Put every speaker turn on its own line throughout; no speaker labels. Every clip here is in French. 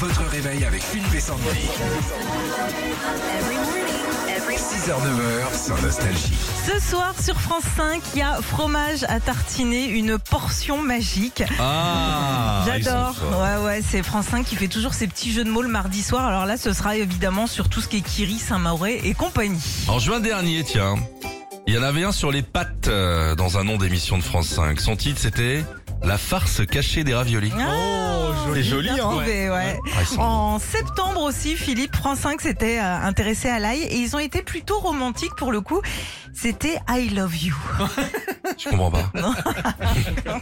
Votre réveil avec Philippe et Sandy. 6h-9h sur Nostalgie.
Ce soir sur France 5, il y a fromage à tartiner, une portion magique.
Ah,
J'adore. Ouais, ouais, c'est France 5 qui fait toujours ses petits jeux de mots le mardi soir. Alors là, ce sera évidemment sur tout ce qui est Kiri, Saint-Mauré et compagnie.
En juin dernier, tiens, il y en avait un sur les pattes euh, dans un nom d'émission de France 5. Son titre, c'était La farce cachée des raviolis.
Oh,
c'est joli, hein.
trouvé, ouais.
Ah, ils sont
En septembre aussi, Philippe, France 5 s'était euh, intéressé à l'ail et ils ont été plutôt romantiques pour le coup. C'était I love you.
Je comprends pas.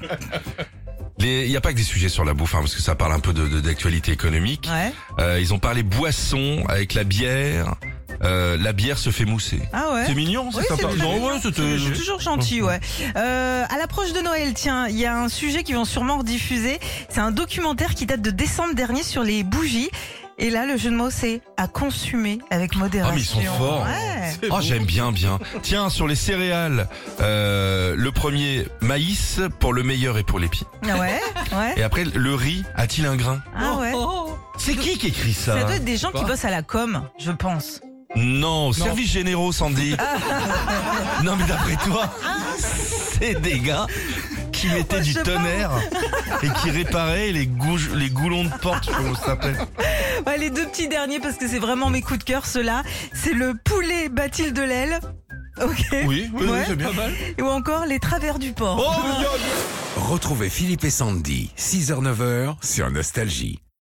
Les- Il n'y a pas que des sujets sur la bouffe, hein, parce que ça parle un peu de- de- d'actualité économique.
Ouais.
Euh, ils ont parlé boisson avec la bière. Euh, la bière se fait mousser.
Ah ouais.
C'est mignon, c'est
Oui,
sympa.
c'est mignon.
Non, ouais, c'était-
C'est toujours gentil, ouais. Euh, à l'approche de Noël, tiens, il y a un sujet qu'ils vont sûrement rediffuser. C'est un documentaire qui date de décembre dernier sur les bougies. Et là, le jeu de mots, c'est à consommer avec modération.
Ah, mais ils sont forts.
Ouais.
Ah, j'aime bien, bien. Tiens, sur les céréales, euh, le premier, maïs pour le meilleur et pour les pires.
Ah ouais, ouais.
Et après, le riz a-t-il un grain
Ah ouais.
C'est qui qui écrit ça
Ça doit être des gens
sais
qui
Oh. pas.
bossent à la com, je pense.
Non, service généraux, Sandy. non, mais d'après toi, c'est des gars qui mettaient
Ouais, je
du
sais pas.
tonnerre et qui réparaient les, gouges- les goulons de porte, je sais pas comment ça s'appelle.
Ouais, les deux petits derniers, parce que c'est vraiment mes coups de cœur, ceux-là. C'est le poulet Bathilde Lel. Ok.
Oui, oui,
Ouais.
c'est bien.
Ou encore les travers du port.
Oh, mais il y a-
Retrouvez Philippe et Sandy, 6h-9h sur Nostalgie.